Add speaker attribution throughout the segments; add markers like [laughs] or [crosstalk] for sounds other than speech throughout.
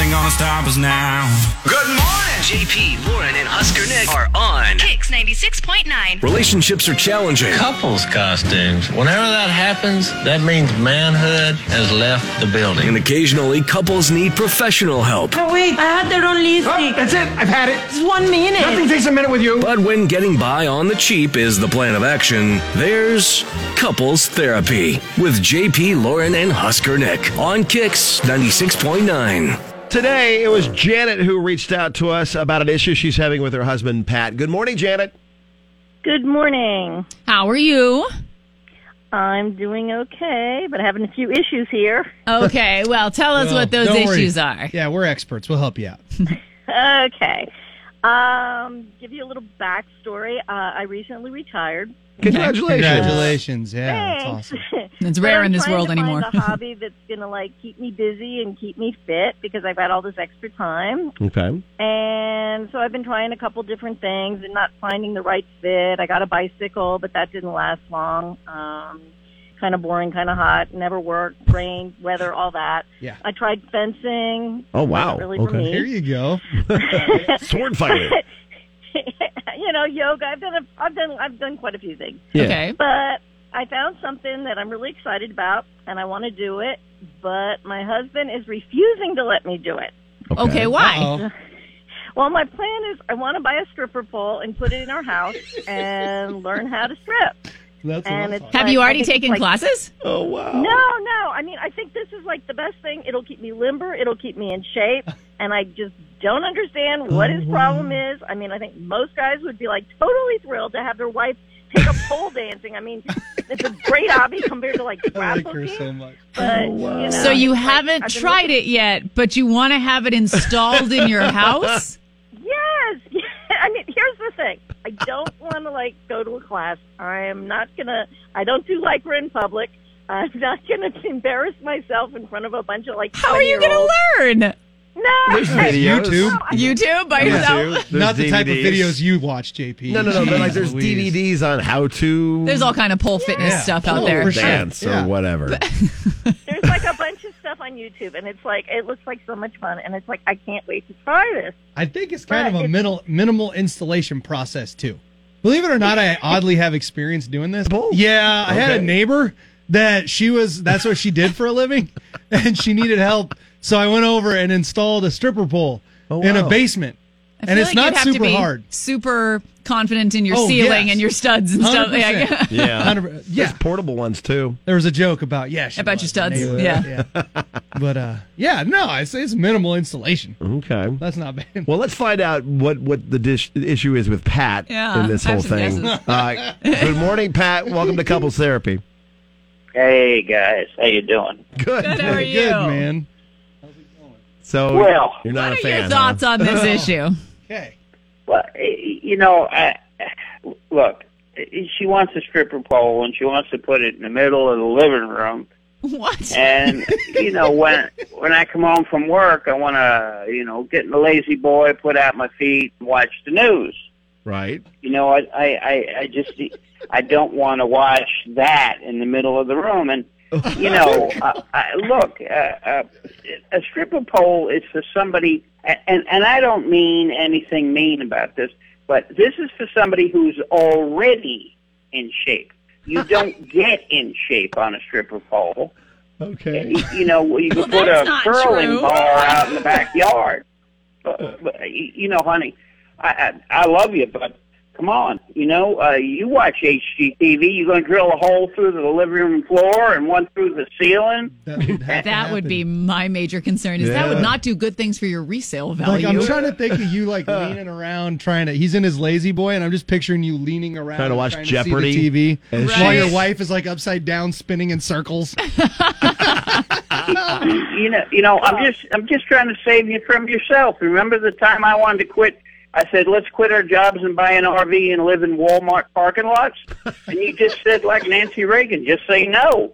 Speaker 1: ain't gonna stop us now.
Speaker 2: Good morning.
Speaker 3: JP, Lauren, and Husker Nick are on.
Speaker 4: Kicks 96.9.
Speaker 2: Relationships are challenging.
Speaker 5: couples costumes. Whenever that happens, that means manhood has left the building.
Speaker 2: And occasionally, couples need professional help.
Speaker 6: Oh, wait, I had that on lipstick.
Speaker 7: Oh, that's it. I've had it.
Speaker 6: It's one minute.
Speaker 7: Nothing takes a minute with you.
Speaker 2: But when getting by on the cheap is the plan of action, there's couples therapy with JP, Lauren, and Husker Nick on Kicks 96.9.
Speaker 8: Today, it was Janet who reached out to us about an issue she's having with her husband, Pat. Good morning, Janet.
Speaker 9: Good morning.
Speaker 10: How are you?
Speaker 9: I'm doing okay, but having a few issues here. [laughs]
Speaker 10: Okay, well, tell us what those issues are.
Speaker 11: Yeah, we're experts. We'll help you out.
Speaker 9: Okay. Um, give you a little backstory. Uh, I recently retired.
Speaker 8: Congratulations.
Speaker 11: Congratulations. Yeah, that's awesome.
Speaker 9: [laughs]
Speaker 10: It's
Speaker 9: But
Speaker 10: rare
Speaker 9: I'm
Speaker 10: in this
Speaker 9: trying
Speaker 10: world
Speaker 9: to find
Speaker 10: anymore. [laughs]
Speaker 9: a hobby that's gonna like keep me busy and keep me fit because I've got all this extra time.
Speaker 8: Okay.
Speaker 9: And so I've been trying a couple different things and not finding the right fit. I got a bicycle, but that didn't last long. Um, kind of boring, kind of hot, never worked, rain, [laughs] weather, all that.
Speaker 11: Yeah.
Speaker 9: I tried fencing.
Speaker 8: Oh, wow.
Speaker 9: Wasn't Really
Speaker 8: Okay.
Speaker 9: For me.
Speaker 11: Here you go. [laughs]
Speaker 8: Sword fighting.
Speaker 9: [laughs] you know, yoga. I've done, a, I've done, I've done quite a few things,
Speaker 8: Yeah.
Speaker 10: Okay.
Speaker 9: but I found something that I'm really excited about, and I want to do it. But my husband is refusing to let me do it.
Speaker 10: Okay, why?
Speaker 11: Uh-oh.
Speaker 9: Well, my plan is I want to buy a stripper pole and put it in our house and learn how to strip.
Speaker 11: That's awesome.
Speaker 9: And it's
Speaker 10: Have
Speaker 9: like-
Speaker 10: you
Speaker 9: I
Speaker 10: already
Speaker 9: think it's
Speaker 10: taken
Speaker 9: like- [laughs]
Speaker 10: classes?
Speaker 8: Oh, wow.
Speaker 9: No, no. I mean, I think this is like the best thing. It'll keep me limber. It'll keep me in
Speaker 11: [laughs]
Speaker 9: shape. And I just don't understand what his problem
Speaker 11: Mm-hmm.
Speaker 9: is. I mean, I think most guys would be like totally thrilled to have their wife take up pole dancing.
Speaker 11: [laughs]
Speaker 9: I mean, it's a great hobby compared to like
Speaker 11: I like her
Speaker 9: scrapbooking.
Speaker 11: so much. Oh,
Speaker 9: but, you know,
Speaker 10: So you
Speaker 9: like,
Speaker 10: haven't
Speaker 9: I've been
Speaker 10: tried it yet, but you want to have it installed
Speaker 11: [laughs]
Speaker 10: in your house?
Speaker 9: Yes. [laughs] I mean, here's the thing. I don't want to like go to a class. I am not gonna. I don't do lycra in public. I'm not gonna [laughs] embarrass myself in front of a bunch of like.
Speaker 10: How are you going to
Speaker 9: 20-year-olds.
Speaker 10: learn? [laughs]
Speaker 9: No.
Speaker 8: There's videos.
Speaker 11: YouTube?
Speaker 9: No, I-
Speaker 10: YouTube by yourself?
Speaker 8: There's
Speaker 11: Not the type of
Speaker 8: DVDs.
Speaker 11: videos you watch, JP.
Speaker 8: No, no, no. But like,
Speaker 11: Jeez
Speaker 8: there's
Speaker 11: Louise.
Speaker 8: DVDs on how to
Speaker 10: There's all kind of pole fitness
Speaker 11: Yeah.
Speaker 10: stuff
Speaker 11: Oh,
Speaker 10: out there.
Speaker 11: for sure.
Speaker 8: dance
Speaker 11: Yeah.
Speaker 8: or whatever.
Speaker 11: [laughs]
Speaker 9: There's like a bunch of stuff on YouTube, and it's like it looks like so much fun, and it's like I can't wait to try this.
Speaker 11: I think it's kind
Speaker 9: But
Speaker 11: of a
Speaker 9: it's-
Speaker 11: minimal, minimal installation process too. Believe it or not, I oddly have experience doing this. Yeah, I had a
Speaker 8: Okay.
Speaker 11: neighbor that she was. That's what she did for a living, [laughs] and she needed help. So I went over and installed a stripper pole
Speaker 8: Oh,
Speaker 11: in a
Speaker 8: wow.
Speaker 11: basement,
Speaker 10: I
Speaker 11: and
Speaker 10: feel
Speaker 11: it's
Speaker 10: like
Speaker 11: not
Speaker 10: you'd have
Speaker 11: super
Speaker 10: to be
Speaker 11: hard.
Speaker 10: Super confident in your
Speaker 11: Oh,
Speaker 10: ceiling
Speaker 11: yes.
Speaker 10: and your studs and stuff. Yeah.
Speaker 11: 100%.
Speaker 8: Yeah.
Speaker 11: 100%.
Speaker 8: There's
Speaker 11: yeah.
Speaker 8: portable ones, too.
Speaker 11: There was a joke about yeah. She
Speaker 10: About
Speaker 11: was
Speaker 10: your
Speaker 11: a
Speaker 10: studs.
Speaker 11: neighbor.
Speaker 10: Yeah.
Speaker 11: yeah. But uh, yeah, no, it's, it's minimal installation.
Speaker 8: Okay.
Speaker 11: That's not bad.
Speaker 8: Well, let's find out what, what the dish, issue is with Pat
Speaker 10: Yeah,
Speaker 8: in this
Speaker 10: I
Speaker 8: whole
Speaker 10: have some
Speaker 8: thing.
Speaker 10: guesses.
Speaker 8: Uh, good morning, Pat. Welcome to Couples Therapy.
Speaker 5: Hey guys, how you doing?
Speaker 8: Good.
Speaker 10: Good, how are you?
Speaker 11: Good man.
Speaker 8: So
Speaker 5: Well,
Speaker 8: you're not
Speaker 10: [laughs] What
Speaker 8: a
Speaker 10: are
Speaker 8: fan.
Speaker 10: your thoughts on
Speaker 11: [laughs]
Speaker 10: this issue?
Speaker 9: [laughs]
Speaker 11: Okay.
Speaker 5: Well, you know, I, look, she wants a stripper pole and she wants to put it in the middle of the living room.
Speaker 10: What?
Speaker 5: And you know, when when I come home from work, I want to, you know, get in the lazy boy, put out my feet, and watch the news.
Speaker 8: Right.
Speaker 5: You know, I I I, I just I don't want to watch that in the middle of the room. And you know, uh, I, look, uh, uh, a stripper pole is for somebody, and and I don't mean anything mean about this, but this is for somebody who's already in shape. You don't get in shape on a stripper pole
Speaker 8: Okay.
Speaker 5: you know, you could put
Speaker 10: that's
Speaker 5: a
Speaker 10: not
Speaker 5: curling
Speaker 10: true.
Speaker 5: ball out in the backyard. But, but, you know, honey, I, I I love you, but come on, you know, uh, you watch HGTV. You're going to drill a hole through the living room floor and one through the ceiling.
Speaker 11: That
Speaker 5: [laughs]
Speaker 11: would, have to
Speaker 10: That would be
Speaker 11: happen.
Speaker 10: my major concern. Is that
Speaker 8: Yeah.
Speaker 10: would not do good things for your resale
Speaker 11: Like
Speaker 10: value?
Speaker 11: I'm trying to think of you like leaning around trying to. He's in his lazy boy, and I'm just picturing you leaning around
Speaker 8: Trying to watch
Speaker 11: see the
Speaker 8: Jeopardy.
Speaker 11: TV
Speaker 8: And
Speaker 10: Right.
Speaker 11: while your wife is like upside down, spinning in circles.
Speaker 5: You know, you know, I'm just I'm just trying to save you from yourself. Remember the time I wanted to quit? I said, let's quit our jobs and buy an RV and live in Walmart parking lots. And you just said, like Nancy Reagan, just say no.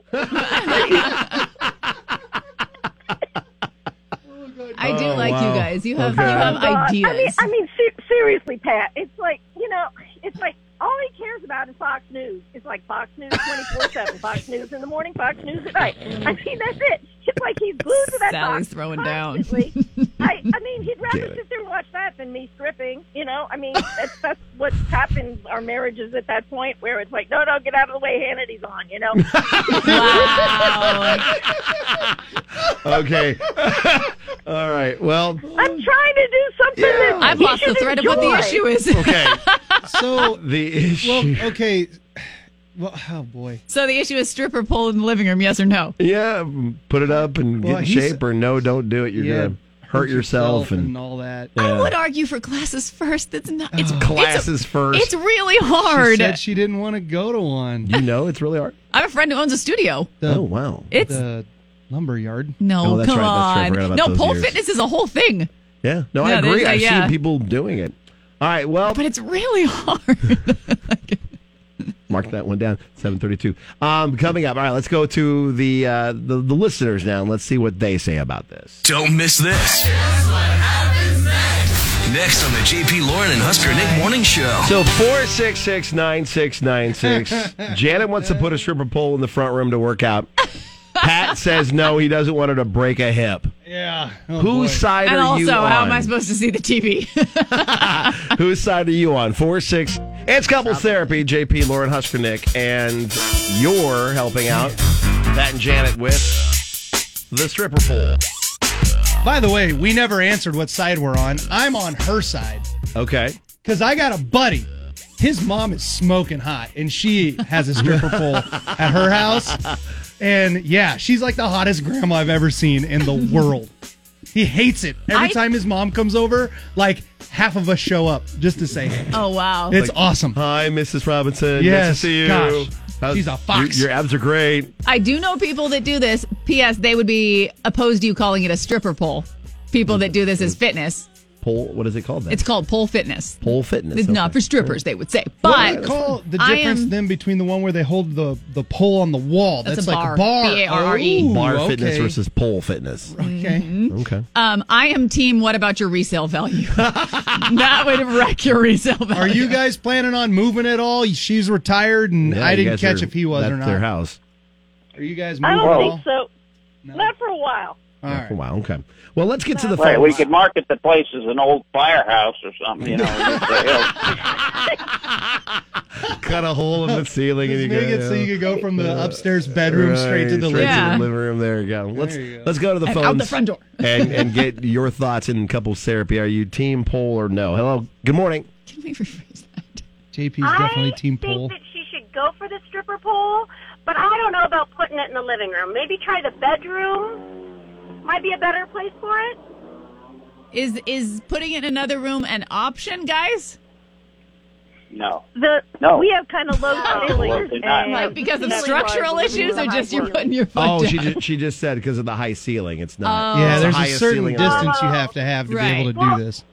Speaker 10: I do
Speaker 8: Oh,
Speaker 10: like
Speaker 8: wow.
Speaker 10: you guys. You have
Speaker 8: Okay.
Speaker 10: you have
Speaker 9: Oh God.
Speaker 10: ideas.
Speaker 9: I mean, I mean, se- seriously, Pat. It's like you know, it's like all he cares about is Fox News. It's like Fox News twenty four seven, Fox News in the morning, Fox News at night. I mean, that's it. It's like he's glued to that
Speaker 10: Mm-hmm. Sally's
Speaker 9: box
Speaker 10: throwing down. [laughs]
Speaker 9: constantly. I, I mean, he'd rather
Speaker 8: Get it.
Speaker 9: sit there and watch that than me stripping. You know, I mean, that's, that's what's happened our marriages at that point where it's like, no, no, get out of the way, Hannity's on. You know,
Speaker 10: [laughs]
Speaker 9: [laughs]
Speaker 10: Wow.
Speaker 8: Okay. [laughs] All right. Well,
Speaker 11: Mm.
Speaker 9: I'm trying to do something. That
Speaker 10: I've
Speaker 9: he
Speaker 10: lost the
Speaker 9: should
Speaker 10: thread of what the
Speaker 9: enjoy.
Speaker 10: issue is. [laughs]
Speaker 8: okay.
Speaker 11: So,
Speaker 8: The issue.
Speaker 11: well, okay. Well, oh boy.
Speaker 10: So the issue is stripper pole in the living room, yes or no?
Speaker 8: yeah, put it up and
Speaker 11: Well,
Speaker 8: get in
Speaker 11: he's-
Speaker 8: shape, or no, don't do it. You're
Speaker 11: Yeah,
Speaker 8: gonna hurt yourself and
Speaker 11: all that.
Speaker 10: I would argue for classes first. That's not it's it's a-
Speaker 8: classes first.
Speaker 10: It's really
Speaker 11: She
Speaker 10: hard.
Speaker 11: said she didn't want to go to one.
Speaker 8: you know, it's really hard.
Speaker 10: I have a friend who owns a studio.
Speaker 11: The,
Speaker 8: oh wow.
Speaker 10: It's
Speaker 11: the lumberyard.
Speaker 10: no,
Speaker 8: Oh, that's
Speaker 10: come
Speaker 8: right, that's right. I
Speaker 10: on.
Speaker 8: forgot about
Speaker 10: no,
Speaker 8: those
Speaker 10: pole
Speaker 8: years.
Speaker 10: fitness is a whole thing,
Speaker 8: yeah. No, I
Speaker 10: Yeah, there's
Speaker 8: agree.
Speaker 10: a-
Speaker 8: I've
Speaker 10: yeah.
Speaker 8: seen people doing it. All right. Well,
Speaker 10: but it's really [laughs] hard.
Speaker 8: mark that one down. Seven thirty-two. Um, coming up. All right. Let's go to the uh, the, the listeners now and let's see what they say about this.
Speaker 2: Don't miss this. Next on the JP Lauren and Husker Nick Morning Show.
Speaker 8: So four six six nine six nine
Speaker 10: [laughs]
Speaker 8: six. Janet wants to put a stripper pole in the front room to work out. Pat says no, he doesn't want her to break a hip.
Speaker 11: Yeah. Oh,
Speaker 8: Whose
Speaker 11: boy.
Speaker 8: side
Speaker 10: and
Speaker 8: are
Speaker 10: also,
Speaker 8: you on?
Speaker 10: how am I supposed to see the TV?
Speaker 8: Whose side are you on? Four six. It's couples therapy. JP, Lauren Husker, Nick, and you're helping out that and Janet with the stripper pole.
Speaker 11: By the way, we never answered what side we're on. I'm on her side
Speaker 8: Okay.
Speaker 11: because I got a buddy. His mom is smoking hot, and she has a stripper pole at her house. And yeah, she's like the hottest grandma I've ever seen in
Speaker 10: [laughs]
Speaker 11: the world. He hates it every
Speaker 10: I-
Speaker 11: time his mom comes over. Like half of us show up just to say, hey.
Speaker 10: [laughs] oh wow.
Speaker 11: "It's awesome."
Speaker 8: Hi, Mrs. Robinson. nice
Speaker 11: Yes,
Speaker 8: to see you.
Speaker 11: gosh.
Speaker 8: How's-
Speaker 11: She's a fox.
Speaker 8: Your, your abs are great.
Speaker 10: I do know people that do this. P.S. They would be opposed to you calling it a stripper pole. People that do this as fitness.
Speaker 8: Pole. What is it called? Then?
Speaker 10: It's called pole fitness.
Speaker 8: pole fitness.
Speaker 10: It's not
Speaker 8: okay.
Speaker 10: for strippers, they would say.
Speaker 11: What do
Speaker 10: But
Speaker 11: you call the
Speaker 10: I
Speaker 11: difference
Speaker 10: am-
Speaker 11: then between the one where they hold the, the pole on the wall?
Speaker 10: That's
Speaker 11: That's,
Speaker 10: a E.
Speaker 11: like
Speaker 10: bar.
Speaker 11: a bar.
Speaker 10: B-A-R-R-E.
Speaker 11: Oh,
Speaker 8: bar
Speaker 11: okay.
Speaker 8: fitness versus pole fitness.
Speaker 11: Okay.
Speaker 8: Okay.
Speaker 10: Um, I am team. What about your resale value? [laughs] that would wreck your resale value.
Speaker 11: Are you guys planning on moving at all? She's retired, and
Speaker 8: Yeah,
Speaker 11: I
Speaker 8: you
Speaker 11: didn't
Speaker 8: guys
Speaker 11: catch
Speaker 8: are-
Speaker 11: if he was
Speaker 8: that's
Speaker 11: or not.
Speaker 8: Their house.
Speaker 11: Are you guys
Speaker 9: I
Speaker 11: moving at
Speaker 9: don't
Speaker 11: all?
Speaker 9: think so. Not for a while.
Speaker 11: All
Speaker 8: Yeah,
Speaker 11: right.
Speaker 8: for a while. Okay. Well, let's get to
Speaker 11: [laughs]
Speaker 8: the
Speaker 5: Right, we
Speaker 8: phones.
Speaker 5: could market the place as an old firehouse or something,
Speaker 11: [laughs]
Speaker 5: you know. the hill.
Speaker 8: Cut a hole in the ceiling and
Speaker 11: Just
Speaker 8: you
Speaker 11: make
Speaker 8: go,
Speaker 11: it so you could go from the upstairs bedroom straight to the
Speaker 8: straight
Speaker 11: living
Speaker 10: Yeah.
Speaker 11: room.
Speaker 8: living room. There you go. Let's
Speaker 11: you go.
Speaker 8: let's go to the
Speaker 10: And out
Speaker 8: phones
Speaker 10: the front door.
Speaker 8: [laughs] and and get your thoughts in couples therapy. Are you team pole or no? Hello. Good morning.
Speaker 10: Can we rephrase that?
Speaker 11: JP's definitely
Speaker 9: I
Speaker 11: team
Speaker 9: think
Speaker 11: pole.
Speaker 9: that she should go for the stripper pole, but I don't know about putting it in the living room. Maybe try the bedroom. Might be a better place for it.
Speaker 10: Is is putting it in another room an option, guys?
Speaker 5: No.
Speaker 9: The
Speaker 5: No.
Speaker 9: we have kind of [laughs] low ceilings.
Speaker 5: Absolutely not.
Speaker 9: and
Speaker 5: Like,
Speaker 10: Because of
Speaker 9: everyone
Speaker 10: structural
Speaker 9: lives in
Speaker 10: issues,
Speaker 9: the
Speaker 10: or just
Speaker 9: high
Speaker 10: you're
Speaker 9: ceiling.
Speaker 10: putting your foot
Speaker 8: Oh,
Speaker 10: down?
Speaker 8: she just, she just said because of the high ceiling. It's not.
Speaker 10: Oh.
Speaker 11: yeah,
Speaker 8: It's
Speaker 11: there's
Speaker 8: the
Speaker 11: a
Speaker 8: highest
Speaker 11: certain
Speaker 8: ceiling in the house.
Speaker 11: distance you have to have to
Speaker 10: Right.
Speaker 11: be able to
Speaker 9: Well-
Speaker 11: do this.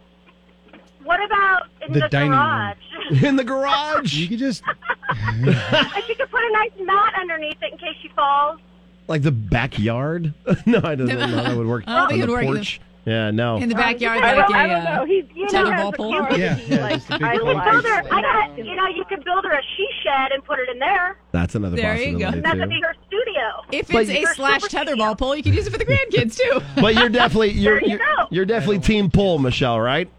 Speaker 9: What about in
Speaker 11: The
Speaker 9: the,
Speaker 11: dining room.
Speaker 9: garage? [laughs]
Speaker 8: [laughs] in the garage,
Speaker 11: You could just
Speaker 9: if you could put a nice mat underneath it in case she falls.
Speaker 8: like the backyard. [laughs] no, I don't know how that would work.
Speaker 10: I don't think
Speaker 8: On
Speaker 10: it would
Speaker 8: the
Speaker 10: work either.
Speaker 8: porch. Yeah, no.
Speaker 10: in the backyard,
Speaker 9: I
Speaker 10: like
Speaker 9: don't,
Speaker 10: a
Speaker 9: I don't
Speaker 10: uh,
Speaker 9: know. He's you know
Speaker 10: tennis ball
Speaker 9: has a
Speaker 10: pole.
Speaker 9: cupidity,
Speaker 11: Yeah, yeah,
Speaker 9: like,
Speaker 11: just a big
Speaker 9: I
Speaker 11: pole.
Speaker 9: build her. I got you know you could build her a she shed and put it in there.
Speaker 8: That's another
Speaker 10: There you go.
Speaker 8: possibility
Speaker 9: That
Speaker 8: too.
Speaker 9: could be her studio.
Speaker 10: if
Speaker 8: But
Speaker 10: it's a
Speaker 9: you're
Speaker 10: slash
Speaker 9: super
Speaker 10: tetherball pole, you can use it for the grandkids too.
Speaker 8: But you're
Speaker 9: [laughs]
Speaker 8: definitely you're
Speaker 9: you
Speaker 8: you're,
Speaker 9: go.
Speaker 8: you're definitely team pole, Michelle, right?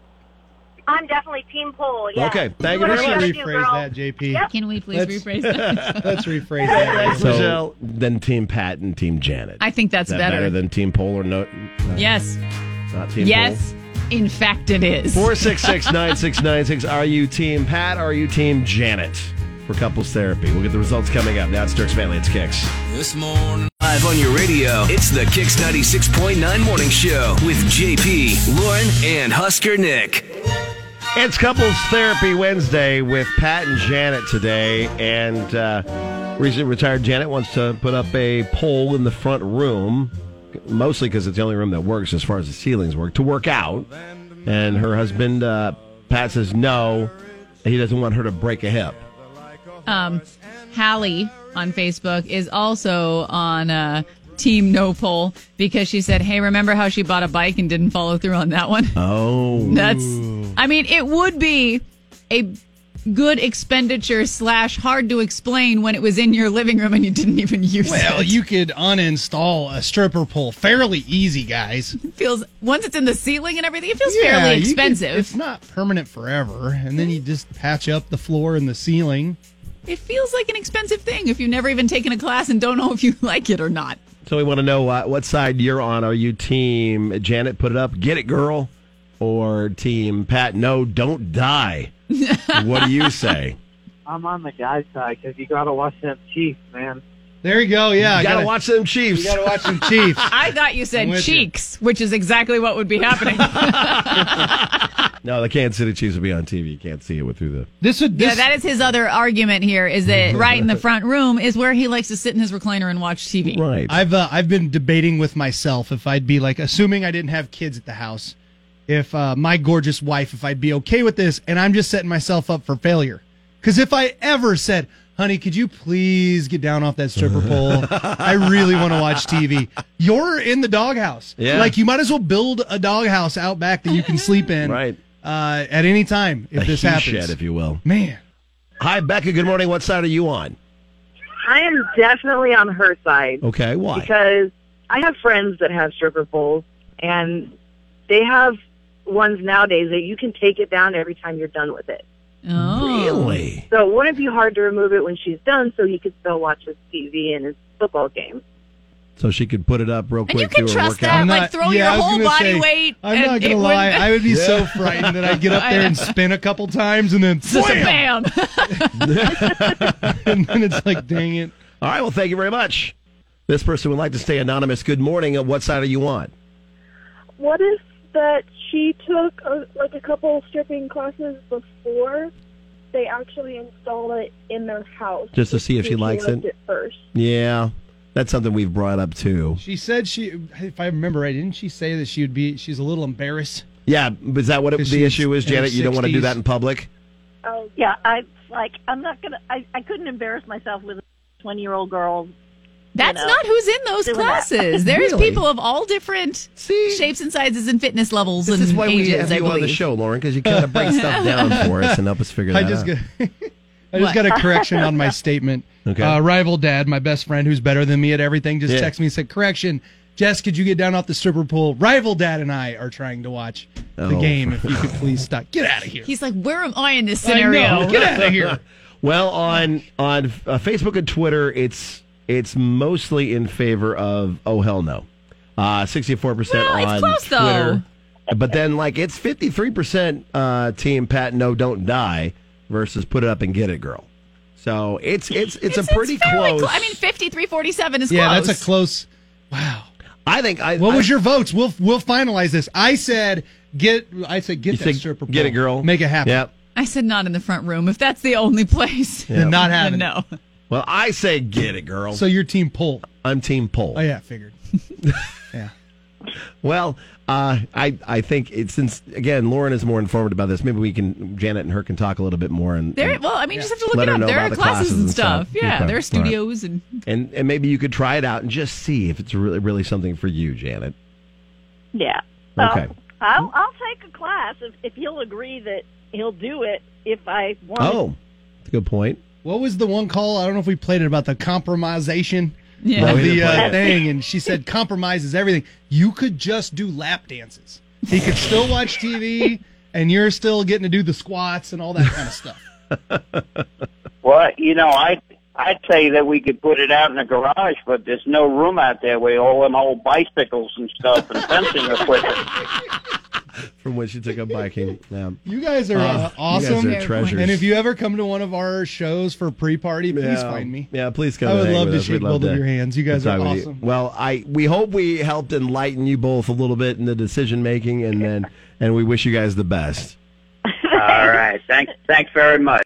Speaker 9: I'm definitely team pole. Yeah.
Speaker 8: Okay, thank
Speaker 9: Do
Speaker 8: you
Speaker 9: whatever
Speaker 8: very
Speaker 9: gotta
Speaker 8: much.
Speaker 11: let's
Speaker 9: do,
Speaker 11: rephrase
Speaker 9: girl.
Speaker 11: that, JP.
Speaker 9: Yep.
Speaker 10: Can we please
Speaker 11: Let's- [laughs]
Speaker 10: rephrase that?
Speaker 11: Let's rephrase that.
Speaker 8: So, Michelle, then team Pat and team Janet.
Speaker 10: I think that's
Speaker 8: Is that
Speaker 10: better.
Speaker 8: than team pole or no?
Speaker 10: yes,
Speaker 8: Not team
Speaker 10: yes, in fact, it is.
Speaker 8: Four six six nine six nine six. Are you team Pat? Are you team Janet? For couples therapy, we'll get the results coming up. Now it's Dirk's Manly. It's Kicks.
Speaker 2: This morning. Live on your radio, it's the Kix 96.9 Morning Show with JP, Lauren, and Husker Nick.
Speaker 8: It's Couples Therapy Wednesday with Pat and Janet today, and uh, recently retired Janet wants to put up a pole in the front room, mostly because it's the only room that works as far as the ceilings work to work out. And her husband uh, Pat says no, he doesn't want her to break a hip.
Speaker 10: um, Hallie on Facebook is also on uh, Team No Poll because she said, "Hey, remember how she bought a bike and [laughs] didn't follow through on that one?"
Speaker 8: Oh,
Speaker 10: That's, I mean, it would be a good expenditure slash hard to explain when it was in your living room and you didn't even use
Speaker 11: Well,
Speaker 10: it.
Speaker 11: you could uninstall a stripper pole fairly easy, guys.
Speaker 10: It feels once it's in the ceiling and everything, it feels
Speaker 11: you
Speaker 10: fairly
Speaker 11: could-
Speaker 10: expensive.
Speaker 11: it's not permanent forever, and then you just patch up the floor and the ceiling.
Speaker 10: it feels like an expensive thing if you've never even taken a class and don't know if you [laughs] like it or not.
Speaker 8: So we want to know uh, what side you're on. Are you team Janet put it up, get it girl, or team Pat no, don't die? what do you say?
Speaker 1: I'm on the guy's side because you gotta watch them Chiefs, man.
Speaker 11: There you go. Yeah,
Speaker 8: I
Speaker 11: I
Speaker 8: gotta, watch them Chiefs.
Speaker 11: You gotta watch some Chiefs.
Speaker 10: I thought you
Speaker 11: I'm
Speaker 10: said
Speaker 11: with you.
Speaker 10: cheeks, which is exactly what would
Speaker 8: [laughs]
Speaker 10: be happening.
Speaker 8: [laughs]
Speaker 10: yeah,
Speaker 8: no, the Kansas City Chiefs will be on TV. You can't see it with through the.
Speaker 11: This would this
Speaker 10: that is his other argument here
Speaker 8: [laughs]
Speaker 10: is that right in the front room is where he likes to sit in his recliner and watch TV.
Speaker 8: Right.
Speaker 11: I've uh, I've been debating with myself if I'd be like, assuming I didn't have kids at the house, if uh, my gorgeous wife, if I'd be okay with this, and I'm just setting myself up for failure. Because if I ever said, "Honey, could you please get down off that stripper pole? I really want to watch TV," you're in the doghouse.
Speaker 8: Yeah.
Speaker 11: Like you might as well build a doghouse out back that you can sleep in.
Speaker 8: Right.
Speaker 11: Uh, at any time if
Speaker 8: A
Speaker 11: this
Speaker 8: he
Speaker 11: happens.
Speaker 8: shed, if you will.
Speaker 11: Man.
Speaker 8: Hi, Becca. Good morning. What side are you on?
Speaker 1: I am definitely on her side
Speaker 8: Okay, why?
Speaker 1: because I have friends that have stripper poles, and they have ones nowadays that you can take it down every time you're done with it.
Speaker 10: Oh. [laughs]
Speaker 8: really?
Speaker 1: So it wouldn't be hard to remove it when she's done, so he could still watch his TV and his football game.
Speaker 8: So she could put it up real
Speaker 10: And
Speaker 8: quick.
Speaker 10: you can
Speaker 8: do her
Speaker 10: trust
Speaker 8: workout.
Speaker 10: that,
Speaker 11: I'm
Speaker 10: like
Speaker 11: not-
Speaker 10: throw
Speaker 11: yeah, I
Speaker 10: your
Speaker 11: was
Speaker 10: whole
Speaker 11: gonna
Speaker 10: body
Speaker 11: say,
Speaker 10: weight.
Speaker 11: I'm
Speaker 10: and
Speaker 11: not gonna
Speaker 10: it
Speaker 11: lie.
Speaker 10: wouldn't-
Speaker 11: I would be so frightened that I'd get up there
Speaker 10: [laughs]
Speaker 11: and spin a couple times and then
Speaker 10: Just a
Speaker 11: wham!
Speaker 8: [laughs]
Speaker 10: bam.
Speaker 11: [laughs] and then it's like, dang it.
Speaker 8: All right. Well, thank you very much. This person would like to stay anonymous. Good morning. Uh, What side are you on?
Speaker 9: What if that she took a, like a couple stripping classes before they actually installed it in their house?
Speaker 8: Just to see if she likes it?
Speaker 9: liked first.
Speaker 8: Yeah, that's something we've brought up too.
Speaker 11: She said she, if I remember right, didn't she say that she would be, she's a little embarrassed?
Speaker 8: Yeah, but is that what it,
Speaker 11: Because
Speaker 8: the
Speaker 11: she's
Speaker 8: issue is,
Speaker 11: in her
Speaker 8: Janet? You don't want to do
Speaker 11: 60s.
Speaker 8: that in public.
Speaker 9: Oh,
Speaker 6: Yeah, I like. I'm not gonna. I, I couldn't embarrass myself with a 20 year old girl.
Speaker 10: That's
Speaker 6: know,
Speaker 10: not who's in those
Speaker 6: doing that.
Speaker 10: classes. There's
Speaker 8: Really?
Speaker 10: people of all different
Speaker 8: See?
Speaker 10: shapes and sizes and fitness levels
Speaker 8: This
Speaker 10: and
Speaker 8: is why we
Speaker 10: ages.
Speaker 8: have
Speaker 10: I
Speaker 8: you on the
Speaker 10: believe.
Speaker 8: show, Lauren, because you kind of
Speaker 10: [laughs]
Speaker 8: break stuff down for us and help us figure that
Speaker 11: I just
Speaker 8: out.
Speaker 11: got, [laughs] I just
Speaker 10: What?
Speaker 11: got a correction on
Speaker 10: [laughs]
Speaker 11: my statement.
Speaker 8: Okay.
Speaker 11: Uh, rival dad, my best friend who's better than me at everything, just
Speaker 8: Yeah.
Speaker 11: texted me and said, correction. Jess, could you get down off the stripper pole? Rival dad and I are trying to watch the
Speaker 8: Oh.
Speaker 11: game. If you could please stop. Get out of here.
Speaker 10: He's like, where am I in this
Speaker 11: I know.
Speaker 10: scenario?
Speaker 11: Get out of here.
Speaker 8: [laughs] Well, on on uh, Facebook and Twitter, it's it's mostly in favor of oh hell no, sixty four percent
Speaker 10: Well,
Speaker 8: on
Speaker 10: it's close, though.
Speaker 8: Twitter, but then like it's fifty three percent uh, team Pat no don't die versus put it up and get it girl. So it's it's it's, a pretty
Speaker 10: fairly
Speaker 8: close.
Speaker 10: clo- I mean, 5347 is
Speaker 11: Yeah,
Speaker 10: close.
Speaker 11: that's a close. Wow.
Speaker 8: I think I
Speaker 11: What
Speaker 8: I-
Speaker 11: was your votes? We'll we'll finalize this. I said get. I said get
Speaker 8: you
Speaker 11: that
Speaker 8: think,
Speaker 11: stripper.
Speaker 8: get
Speaker 11: pole.
Speaker 8: it girl
Speaker 11: Make it happen.
Speaker 8: Yep.
Speaker 10: I said not in the front room. If that's the only place,
Speaker 11: Then not
Speaker 10: [laughs] then
Speaker 11: having. it.
Speaker 10: no.
Speaker 8: Well, I say get it girl.
Speaker 11: So your team pull.
Speaker 8: I'm team poll.
Speaker 11: Oh yeah,
Speaker 8: [laughs]
Speaker 11: figured. yeah.
Speaker 8: Well, uh, I I think it, since again Lauren is more informed about this, maybe we can Janet and her can talk a little bit more and
Speaker 10: There,
Speaker 8: and,
Speaker 10: well, I mean, you just have to look
Speaker 8: Let
Speaker 10: it
Speaker 8: her
Speaker 10: up.
Speaker 8: know
Speaker 10: there
Speaker 8: about
Speaker 10: are
Speaker 8: the
Speaker 10: classes and stuff. Yeah,
Speaker 8: Okay.
Speaker 10: there
Speaker 8: All
Speaker 10: are
Speaker 8: right.
Speaker 10: studios and
Speaker 8: and and maybe you could try it out and just see if it's really really something for you, Janet.
Speaker 6: Yeah. So
Speaker 8: Okay.
Speaker 6: I'll I'll take a class if if he'll agree that he'll do it if I want.
Speaker 8: Oh, that's a good point.
Speaker 11: What was the one call? I don't know if we played it about the compromisation
Speaker 10: yeah.
Speaker 8: No,
Speaker 11: of
Speaker 8: we
Speaker 11: the
Speaker 8: didn't play
Speaker 11: uh,
Speaker 8: it.
Speaker 11: thing, and she said compromise is everything. You could just do lap dances. He could still watch TV, and you're still getting to do the squats and all that kind of stuff.
Speaker 5: Well, you know, I I'd say that we could put it out in the garage, but there's no room out there with all them old bicycles and stuff and fencing [laughs] equipment.
Speaker 8: From when she took up biking, [laughs] yeah.
Speaker 11: You guys are
Speaker 8: Uh,
Speaker 11: uh,
Speaker 8: you guys
Speaker 11: awesome.
Speaker 8: are treasures.
Speaker 11: And if you ever come to one of our shows for pre-party, please
Speaker 8: yeah.
Speaker 11: find me.
Speaker 8: Yeah, please come.
Speaker 11: I
Speaker 8: and
Speaker 11: would
Speaker 8: hang
Speaker 11: love
Speaker 8: with
Speaker 11: to
Speaker 8: us.
Speaker 11: shake
Speaker 8: We'd love
Speaker 11: both of
Speaker 8: to-
Speaker 11: your hands. You guys
Speaker 8: to talk
Speaker 11: are
Speaker 8: with you.
Speaker 11: awesome.
Speaker 8: Well, I we hope we helped enlighten you both a little bit in the decision making, and then and we wish you guys the best.
Speaker 5: All right, thanks, thanks very much.